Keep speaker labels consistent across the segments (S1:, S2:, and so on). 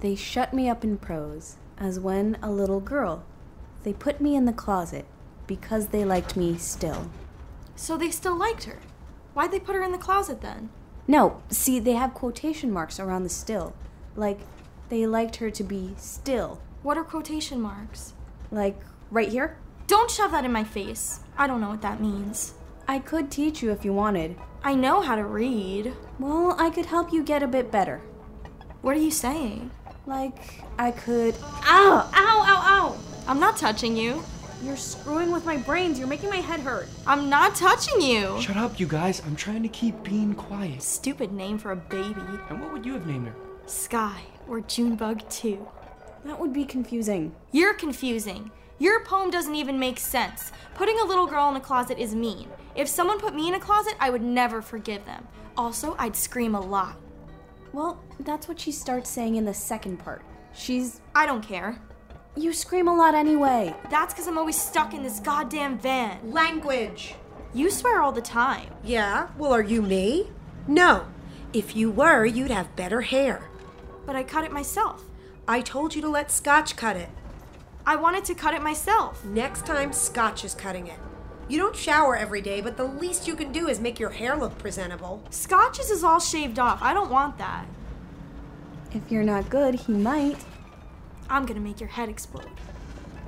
S1: They shut me up in prose, as when a little girl. They put me in the closet, because they liked me still.
S2: So they still liked her. Why'd they put her in the closet then?
S1: No, see, they have quotation marks around the still. Like, they liked her to be still.
S2: What are quotation marks?
S1: Like, right here?
S2: Don't shove that in my face. I don't know what that means.
S1: I could teach you if you wanted.
S2: I know how to read.
S1: Well, I could help you get a bit better.
S2: What are you saying?
S1: Like, I could. Ow! Ow! Ow! Ow!
S2: I'm not touching you.
S1: You're screwing with my brains. You're making my head hurt.
S2: I'm not touching you.
S3: Shut up, you guys. I'm trying to keep being quiet.
S2: Stupid name for a baby.
S3: And what would you have named her?
S2: Sky or Junebug 2.
S1: That would be confusing.
S2: You're confusing. Your poem doesn't even make sense. Putting a little girl in a closet is mean. If someone put me in a closet, I would never forgive them. Also, I'd scream a lot.
S1: Well, that's what she starts saying in the second part. She's.
S2: I don't care.
S1: You scream a lot anyway.
S2: That's because I'm always stuck in this goddamn van.
S4: Language.
S2: You swear all the time.
S4: Yeah? Well, are you me? No. If you were, you'd have better hair.
S2: But I cut it myself.
S4: I told you to let Scotch cut it.
S2: I wanted to cut it myself.
S4: Next time, Scotch is cutting it. You don't shower every day, but the least you can do is make your hair look presentable.
S2: Scotch's is all shaved off. I don't want that.
S1: If you're not good, he might.
S2: I'm gonna make your head explode.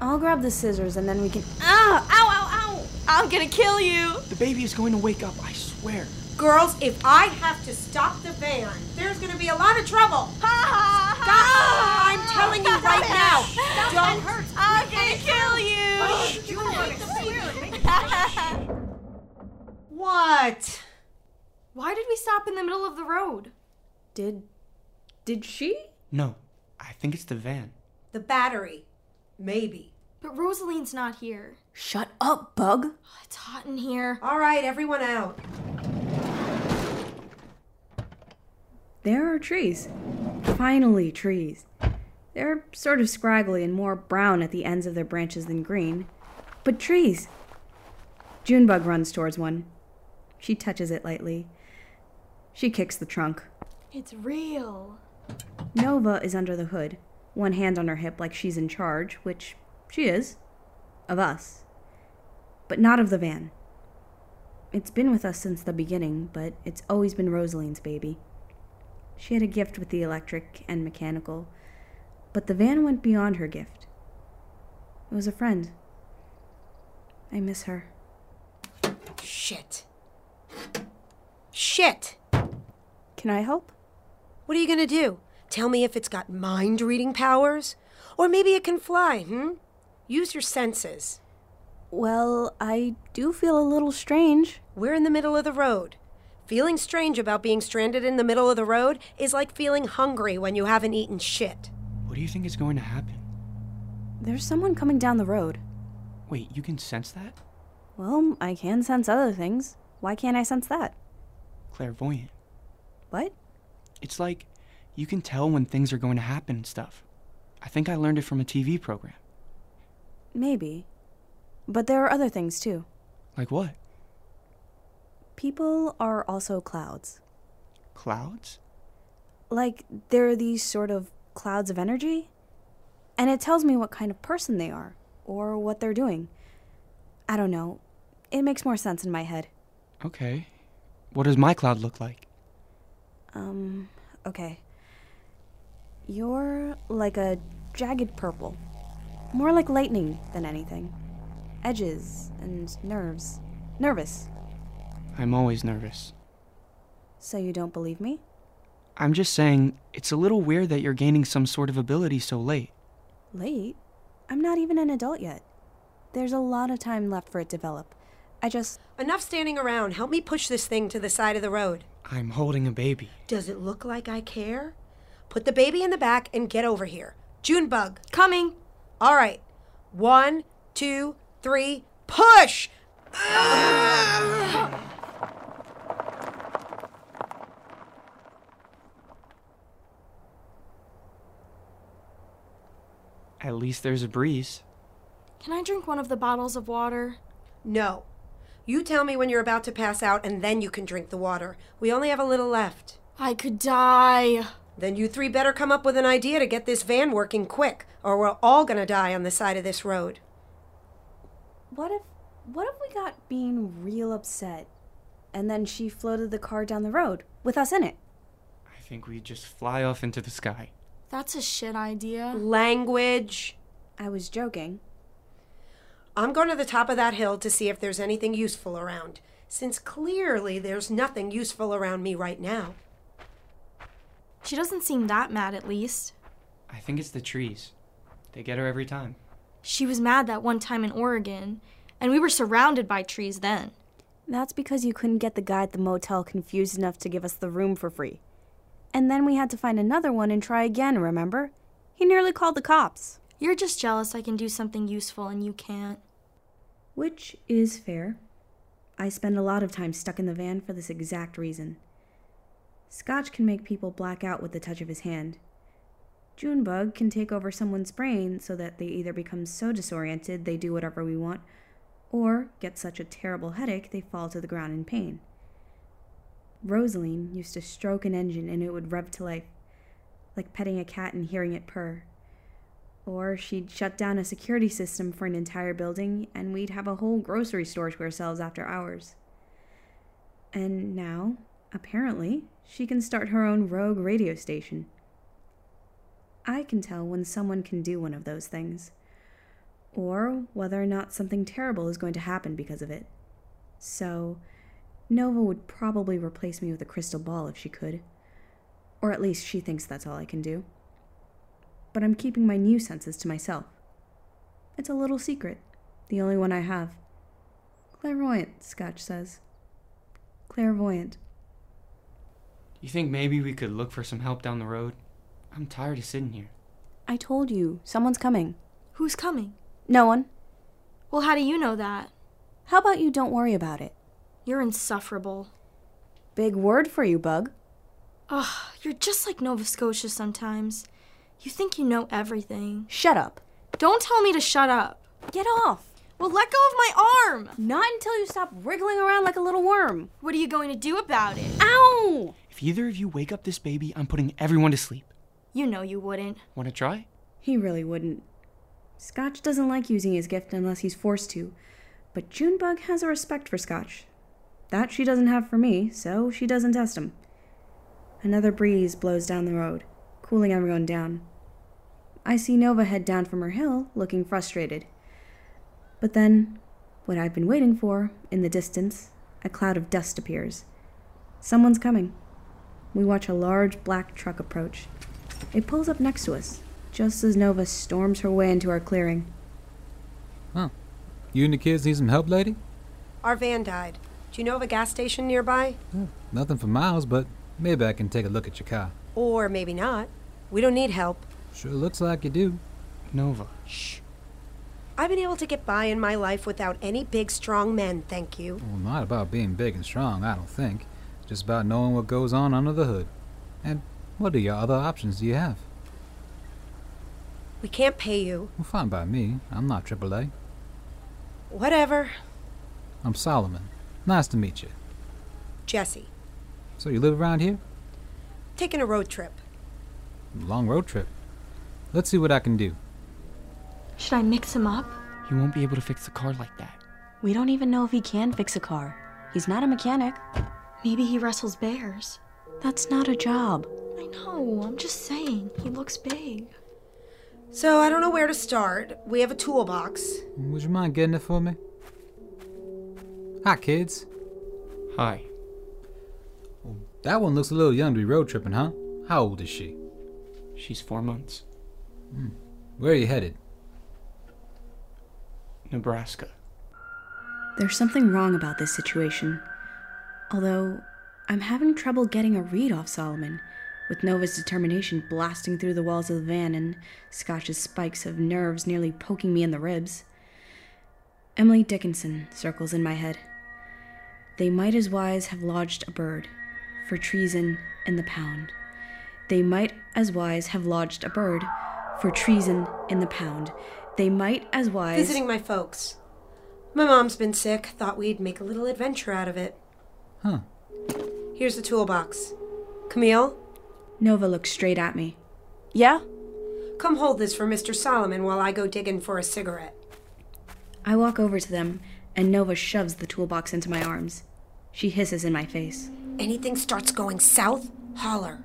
S1: I'll grab the scissors and then we can.
S2: Ah! Ow, ow, ow! I'm gonna kill you!
S3: The baby is going to wake up, I swear.
S4: Girls, if I have to stop the van, there's gonna be a lot of trouble.
S2: Ha ha
S4: Stop! I'm telling you right now. Don't hurt.
S2: I'm gonna kill you!
S4: You wanna see me. What?
S2: Why did we stop in the middle of the road?
S1: Did. Did she?
S3: No, I think it's the van.
S4: The battery. Maybe.
S2: But Rosaline's not here.
S1: Shut up, bug.
S2: It's hot in here.
S4: All right, everyone out.
S1: There are trees. Finally, trees. They're sort of scraggly and more brown at the ends of their branches than green. But trees! Junebug runs towards one. She touches it lightly. She kicks the trunk.
S2: It's real.
S1: Nova is under the hood, one hand on her hip like she's in charge, which she is. Of us. But not of the van. It's been with us since the beginning, but it's always been Rosaline's baby. She had a gift with the electric and mechanical, but the van went beyond her gift. It was a friend. I miss her.
S4: Shit. Shit.
S1: Can I help?
S4: What are you gonna do? Tell me if it's got mind reading powers? Or maybe it can fly, hmm? Use your senses.
S1: Well, I do feel a little strange.
S4: We're in the middle of the road. Feeling strange about being stranded in the middle of the road is like feeling hungry when you haven't eaten shit.
S3: What do you think is going to happen?
S1: There's someone coming down the road.
S3: Wait, you can sense that?
S1: Well, I can sense other things. Why can't I sense that?
S3: Clairvoyant.
S1: What?
S3: It's like you can tell when things are going to happen and stuff. I think I learned it from a TV program.
S1: Maybe. But there are other things too.
S3: Like what?
S1: People are also clouds.
S3: Clouds?
S1: Like, there are these sort of clouds of energy, and it tells me what kind of person they are or what they're doing. I don't know. It makes more sense in my head.
S3: Okay. What does my cloud look like?
S1: Um, okay. You're like a jagged purple. More like lightning than anything. Edges and nerves. Nervous.
S3: I'm always nervous.
S1: So you don't believe me?
S3: I'm just saying, it's a little weird that you're gaining some sort of ability so late.
S1: Late? I'm not even an adult yet. There's a lot of time left for it to develop. I just.
S4: Enough standing around. Help me push this thing to the side of the road.
S3: I'm holding a baby.
S4: Does it look like I care? Put the baby in the back and get over here. Junebug.
S2: Coming.
S4: All right. One, two, three, push!
S3: At least there's a breeze.
S2: Can I drink one of the bottles of water?
S4: No. You tell me when you're about to pass out, and then you can drink the water. We only have a little left.
S2: I could die.
S4: Then you three better come up with an idea to get this van working quick, or we're all gonna die on the side of this road.
S1: What if what if we got Bean real upset and then she floated the car down the road with us in it?
S3: I think we just fly off into the sky.
S2: That's a shit idea.
S4: Language.
S1: I was joking.
S4: I'm going to the top of that hill to see if there's anything useful around, since clearly there's nothing useful around me right now.
S2: She doesn't seem that mad, at least.
S3: I think it's the trees. They get her every time.
S2: She was mad that one time in Oregon, and we were surrounded by trees then.
S1: That's because you couldn't get the guy at the motel confused enough to give us the room for free. And then we had to find another one and try again, remember? He nearly called the cops.
S2: You're just jealous I can do something useful and you can't.
S1: Which is fair. I spend a lot of time stuck in the van for this exact reason. Scotch can make people black out with the touch of his hand. Junebug can take over someone's brain so that they either become so disoriented they do whatever we want, or get such a terrible headache they fall to the ground in pain. Rosaline used to stroke an engine and it would rev to life, like petting a cat and hearing it purr. Or she'd shut down a security system for an entire building, and we'd have a whole grocery store to ourselves after hours. And now, apparently, she can start her own rogue radio station. I can tell when someone can do one of those things, or whether or not something terrible is going to happen because of it. So, Nova would probably replace me with a crystal ball if she could. Or at least she thinks that's all I can do. But I'm keeping my new senses to myself. It's a little secret, the only one I have. Clairvoyant, Scotch says. Clairvoyant.
S3: You think maybe we could look for some help down the road? I'm tired of sitting here.
S1: I told you, someone's coming.
S2: Who's coming?
S1: No one.
S2: Well, how do you know that?
S1: How about you don't worry about it?
S2: You're insufferable.
S1: Big word for you, Bug.
S2: Ugh, you're just like Nova Scotia sometimes. You think you know everything.
S1: Shut up.
S2: Don't tell me to shut up.
S1: Get off.
S2: Well, let go of my arm!
S1: Not until you stop wriggling around like a little worm.
S2: What are you going to do about it?
S1: Ow!
S3: If either of you wake up this baby, I'm putting everyone to sleep.
S2: You know you wouldn't.
S3: Want to try?
S1: He really wouldn't. Scotch doesn't like using his gift unless he's forced to, but Junebug has a respect for Scotch. That she doesn't have for me, so she doesn't test him. Another breeze blows down the road, cooling everyone down. I see Nova head down from her hill, looking frustrated. But then, what I've been waiting for, in the distance, a cloud of dust appears. Someone's coming. We watch a large black truck approach. It pulls up next to us, just as Nova storms her way into our clearing.
S5: You and the kids need some help, lady?
S4: Our van died. Do you know of a gas station nearby?
S5: Yeah, nothing for miles, but maybe I can take a look at your car.
S4: Or maybe not. We don't need help.
S5: Sure looks like you do.
S3: Nova. Shh.
S4: I've been able to get by in my life without any big, strong men, thank you.
S5: Well, not about being big and strong, I don't think. Just about knowing what goes on under the hood. And what are your other options do you have?
S4: We can't pay you.
S5: Well, fine by me. I'm not AAA.
S4: Whatever.
S5: I'm Solomon. Nice to meet you.
S4: Jesse,
S5: So you live around here?
S4: taking a road trip.
S5: Long road trip. Let's see what I can do.
S2: Should I mix him up?
S3: You won't be able to fix the car like that.
S1: We don't even know if he can fix a car. He's not a mechanic.
S2: Maybe he wrestles bears.
S1: That's not a job.
S2: I know, I'm just saying. He looks big.
S4: So I don't know where to start. We have a toolbox.
S5: Would you mind getting it for me? Hi, kids.
S3: Hi.
S5: That one looks a little young to be road tripping, huh? How old is she?
S3: She's four months.
S5: Where are you headed?
S3: Nebraska.
S1: There's something wrong about this situation. Although, I'm having trouble getting a read off Solomon, with Nova's determination blasting through the walls of the van and Scotch's spikes of nerves nearly poking me in the ribs. Emily Dickinson circles in my head. They might as wise have lodged a bird for treason in the pound. They might as wise have lodged a bird for treason in the pound. They might as wise.
S4: Visiting my folks. My mom's been sick. Thought we'd make a little adventure out of it.
S5: Huh.
S4: Here's the toolbox. Camille,
S1: Nova looked straight at me.
S6: Yeah?
S4: Come hold this for Mr. Solomon while I go digging for a cigarette.
S1: I walk over to them, and Nova shoves the toolbox into my arms. She hisses in my face.
S4: Anything starts going south, holler.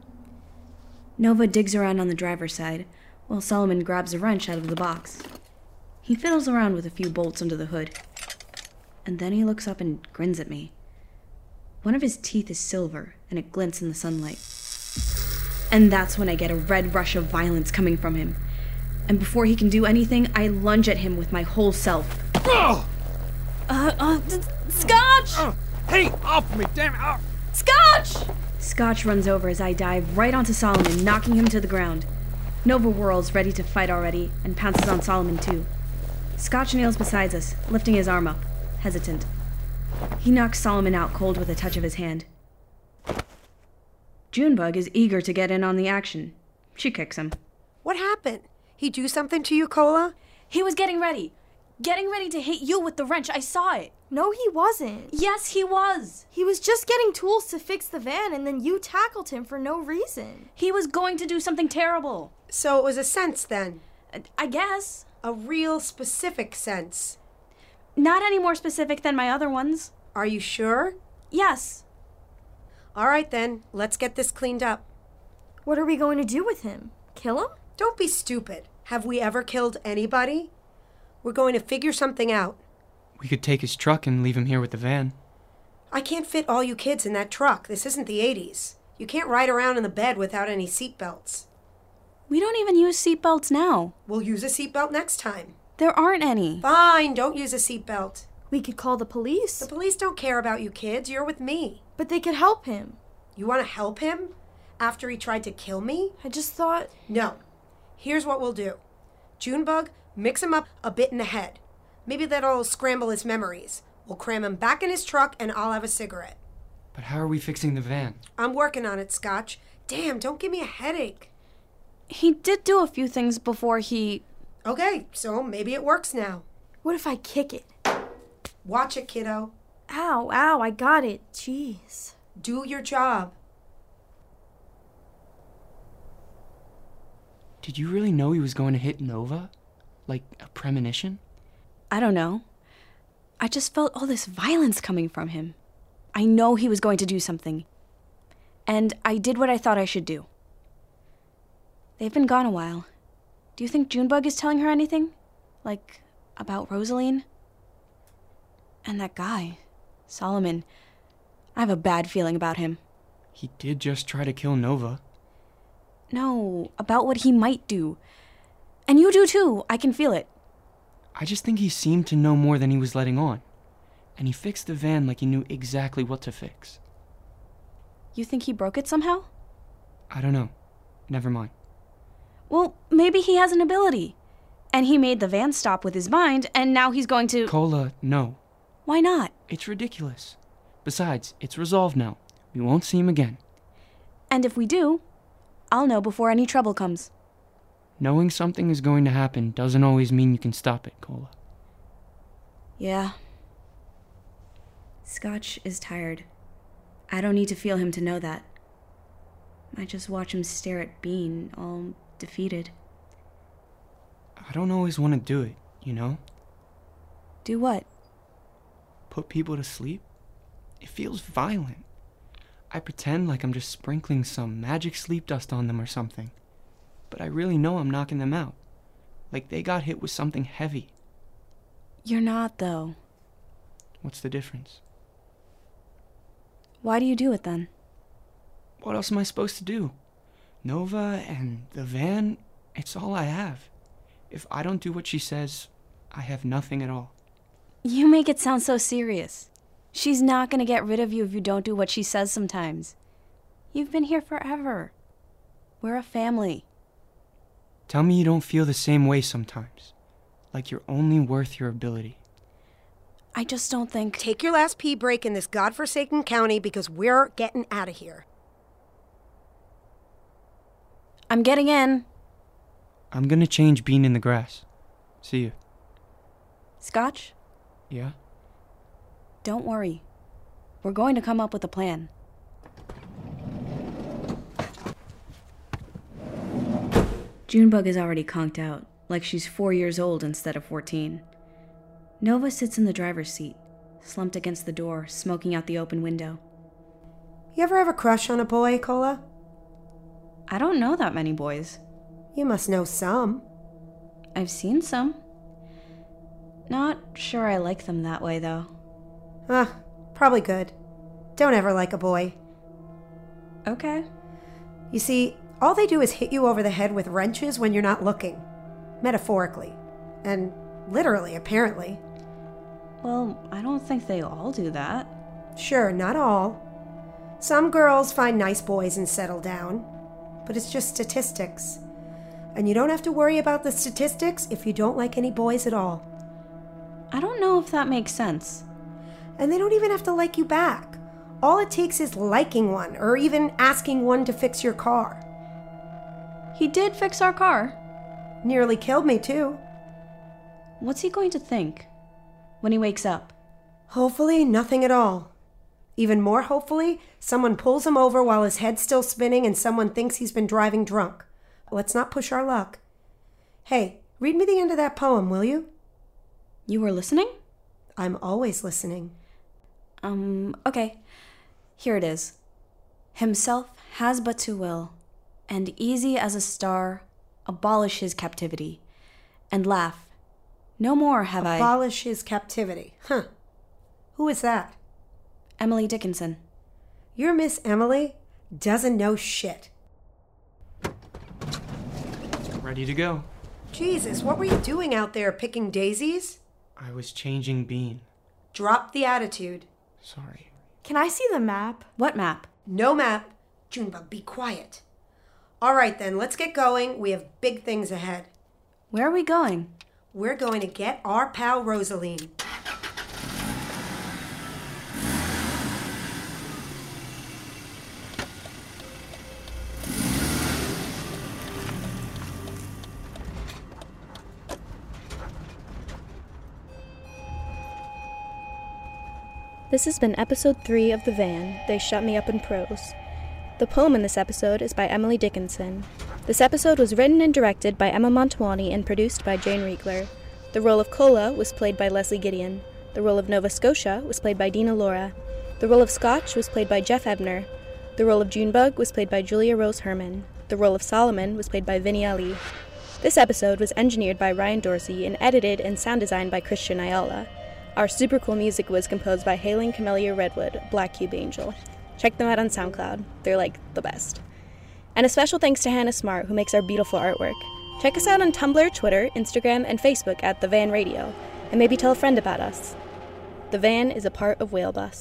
S1: Nova digs around on the driver's side, while Solomon grabs a wrench out of the box. He fiddles around with a few bolts under the hood. And then he looks up and grins at me. One of his teeth is silver, and it glints in the sunlight. And that's when I get a red rush of violence coming from him. And before he can do anything, I lunge at him with my whole self.
S2: Uh, uh, d- Scotch!
S5: Hey, off me, damn it! off!
S2: Scotch!
S1: Scotch runs over as I dive right onto Solomon, knocking him to the ground. Nova whirls, ready to fight already, and pounces on Solomon too. Scotch kneels beside us, lifting his arm up, hesitant. He knocks Solomon out cold with a touch of his hand. Junebug is eager to get in on the action. She kicks him.
S4: What happened? He do something to you, Cola?
S6: He was getting ready. Getting ready to hit you with the wrench. I saw it.
S2: No, he wasn't.
S6: Yes, he was.
S2: He was just getting tools to fix the van, and then you tackled him for no reason.
S6: He was going to do something terrible.
S4: So it was a sense then.
S6: I- I guess.
S4: A real specific sense.
S6: Not any more specific than my other ones.
S4: Are you sure?
S6: Yes.
S4: All right then, let's get this cleaned up.
S2: What are we going to do with him? Kill him?
S4: Don't be stupid. Have we ever killed anybody? We're going to figure something out.
S3: We could take his truck and leave him here with the van.
S4: I can't fit all you kids in that truck. This isn't the 80s. You can't ride around in the bed without any seatbelts.
S6: We don't even use seatbelts now.
S4: We'll use a seatbelt next time.
S6: There aren't any.
S4: Fine, don't use a seatbelt.
S2: We could call the police,
S4: The police don't care about you kids. You're with me.
S2: but they could help him.
S4: You want to help him? After he tried to kill me?
S2: I just thought.
S4: No. Here's what we'll do Junebug, mix him up a bit in the head. Maybe that'll scramble his memories. We'll cram him back in his truck and I'll have a cigarette.
S3: But how are we fixing the van?
S4: I'm working on it, Scotch. Damn, don't give me a headache.
S6: He did do a few things before he.
S4: Okay, so maybe it works now.
S2: What if I kick it?
S4: Watch it, kiddo.
S2: Ow, ow, I got it. Jeez.
S4: Do your job.
S3: Did you really know he was going to hit Nova? Like a premonition?
S6: I don't know. I just felt all this violence coming from him. I know he was going to do something. And I did what I thought I should do. They've been gone a while. Do you think Junebug is telling her anything? Like, about Rosaline? And that guy, Solomon. I have a bad feeling about him.
S3: He did just try to kill Nova.
S6: No, about what he might do. And you do too. I can feel it.
S3: I just think he seemed to know more than he was letting on. And he fixed the van like he knew exactly what to fix.
S6: You think he broke it somehow?
S3: I don't know. Never mind.
S6: Well, maybe he has an ability. And he made the van stop with his mind, and now he's going to.
S3: Cola, no.
S6: Why not?
S3: It's ridiculous. Besides, it's resolved now. We won't see him again.
S6: And if we do, I'll know before any trouble comes.
S3: Knowing something is going to happen doesn't always mean you can stop it, Cola.
S6: Yeah.
S1: Scotch is tired. I don't need to feel him to know that. I just watch him stare at Bean, all defeated.
S3: I don't always want to do it, you know?
S6: Do what?
S3: Put people to sleep? It feels violent. I pretend like I'm just sprinkling some magic sleep dust on them or something. But I really know I'm knocking them out. Like they got hit with something heavy.
S6: You're not, though.
S3: What's the difference?
S6: Why do you do it then?
S3: What else am I supposed to do? Nova and the van, it's all I have. If I don't do what she says, I have nothing at all.
S6: You make it sound so serious. She's not gonna get rid of you if you don't do what she says sometimes. You've been here forever. We're a family.
S3: Tell me you don't feel the same way sometimes. Like you're only worth your ability.
S6: I just don't think.
S4: Take your last pee break in this godforsaken county because we're getting out of here.
S6: I'm getting in.
S3: I'm gonna change Bean in the grass. See you.
S6: Scotch?
S3: Yeah?
S6: Don't worry. We're going to come up with a plan.
S1: Junebug is already conked out, like she's four years old instead of 14. Nova sits in the driver's seat, slumped against the door, smoking out the open window.
S4: You ever have a crush on a boy, Cola?
S1: I don't know that many boys.
S4: You must know some.
S1: I've seen some. Not sure I like them that way, though.
S4: Ah, probably good. Don't ever like a boy.
S1: Okay.
S4: You see, all they do is hit you over the head with wrenches when you're not looking. Metaphorically. And literally, apparently.
S1: Well, I don't think they all do that.
S4: Sure, not all. Some girls find nice boys and settle down, but it's just statistics. And you don't have to worry about the statistics if you don't like any boys at all.
S1: I don't know if that makes sense.
S4: And they don't even have to like you back. All it takes is liking one or even asking one to fix your car.
S1: He did fix our car.
S4: Nearly killed me, too.
S1: What's he going to think when he wakes up?
S4: Hopefully, nothing at all. Even more hopefully, someone pulls him over while his head's still spinning and someone thinks he's been driving drunk. Let's not push our luck. Hey, read me the end of that poem, will you?
S1: You were listening?
S4: I'm always listening.
S1: Um, okay. Here it is. Himself has but to will, and easy as a star, abolish his captivity, and laugh. No more have I.
S4: Abolish his captivity. Huh. Who is that?
S1: Emily Dickinson.
S4: Your Miss Emily doesn't know shit.
S3: Ready to go.
S4: Jesus, what were you doing out there picking daisies?
S3: I was changing Bean.
S4: Drop the attitude.
S3: Sorry.
S2: Can I see the map?
S1: What map?
S4: No map. Junebug, be quiet. All right then, let's get going. We have big things ahead.
S1: Where are we going?
S4: We're going to get our pal Rosaline.
S7: This has been episode 3 of The Van, They Shut Me Up in Prose. The poem in this episode is by Emily Dickinson. This episode was written and directed by Emma Montuani and produced by Jane Riegler. The role of Cola was played by Leslie Gideon. The role of Nova Scotia was played by Dina Laura. The role of Scotch was played by Jeff Ebner. The role of Junebug was played by Julia Rose Herman. The role of Solomon was played by Vinnie Ali. This episode was engineered by Ryan Dorsey and edited and sound designed by Christian Ayala. Our super cool music was composed by Hailing Camellia Redwood, Black Cube Angel. Check them out on SoundCloud. They're like the best. And a special thanks to Hannah Smart, who makes our beautiful artwork. Check us out on Tumblr, Twitter, Instagram, and Facebook at The Van Radio, and maybe tell a friend about us. The Van is a part of Whale Bus.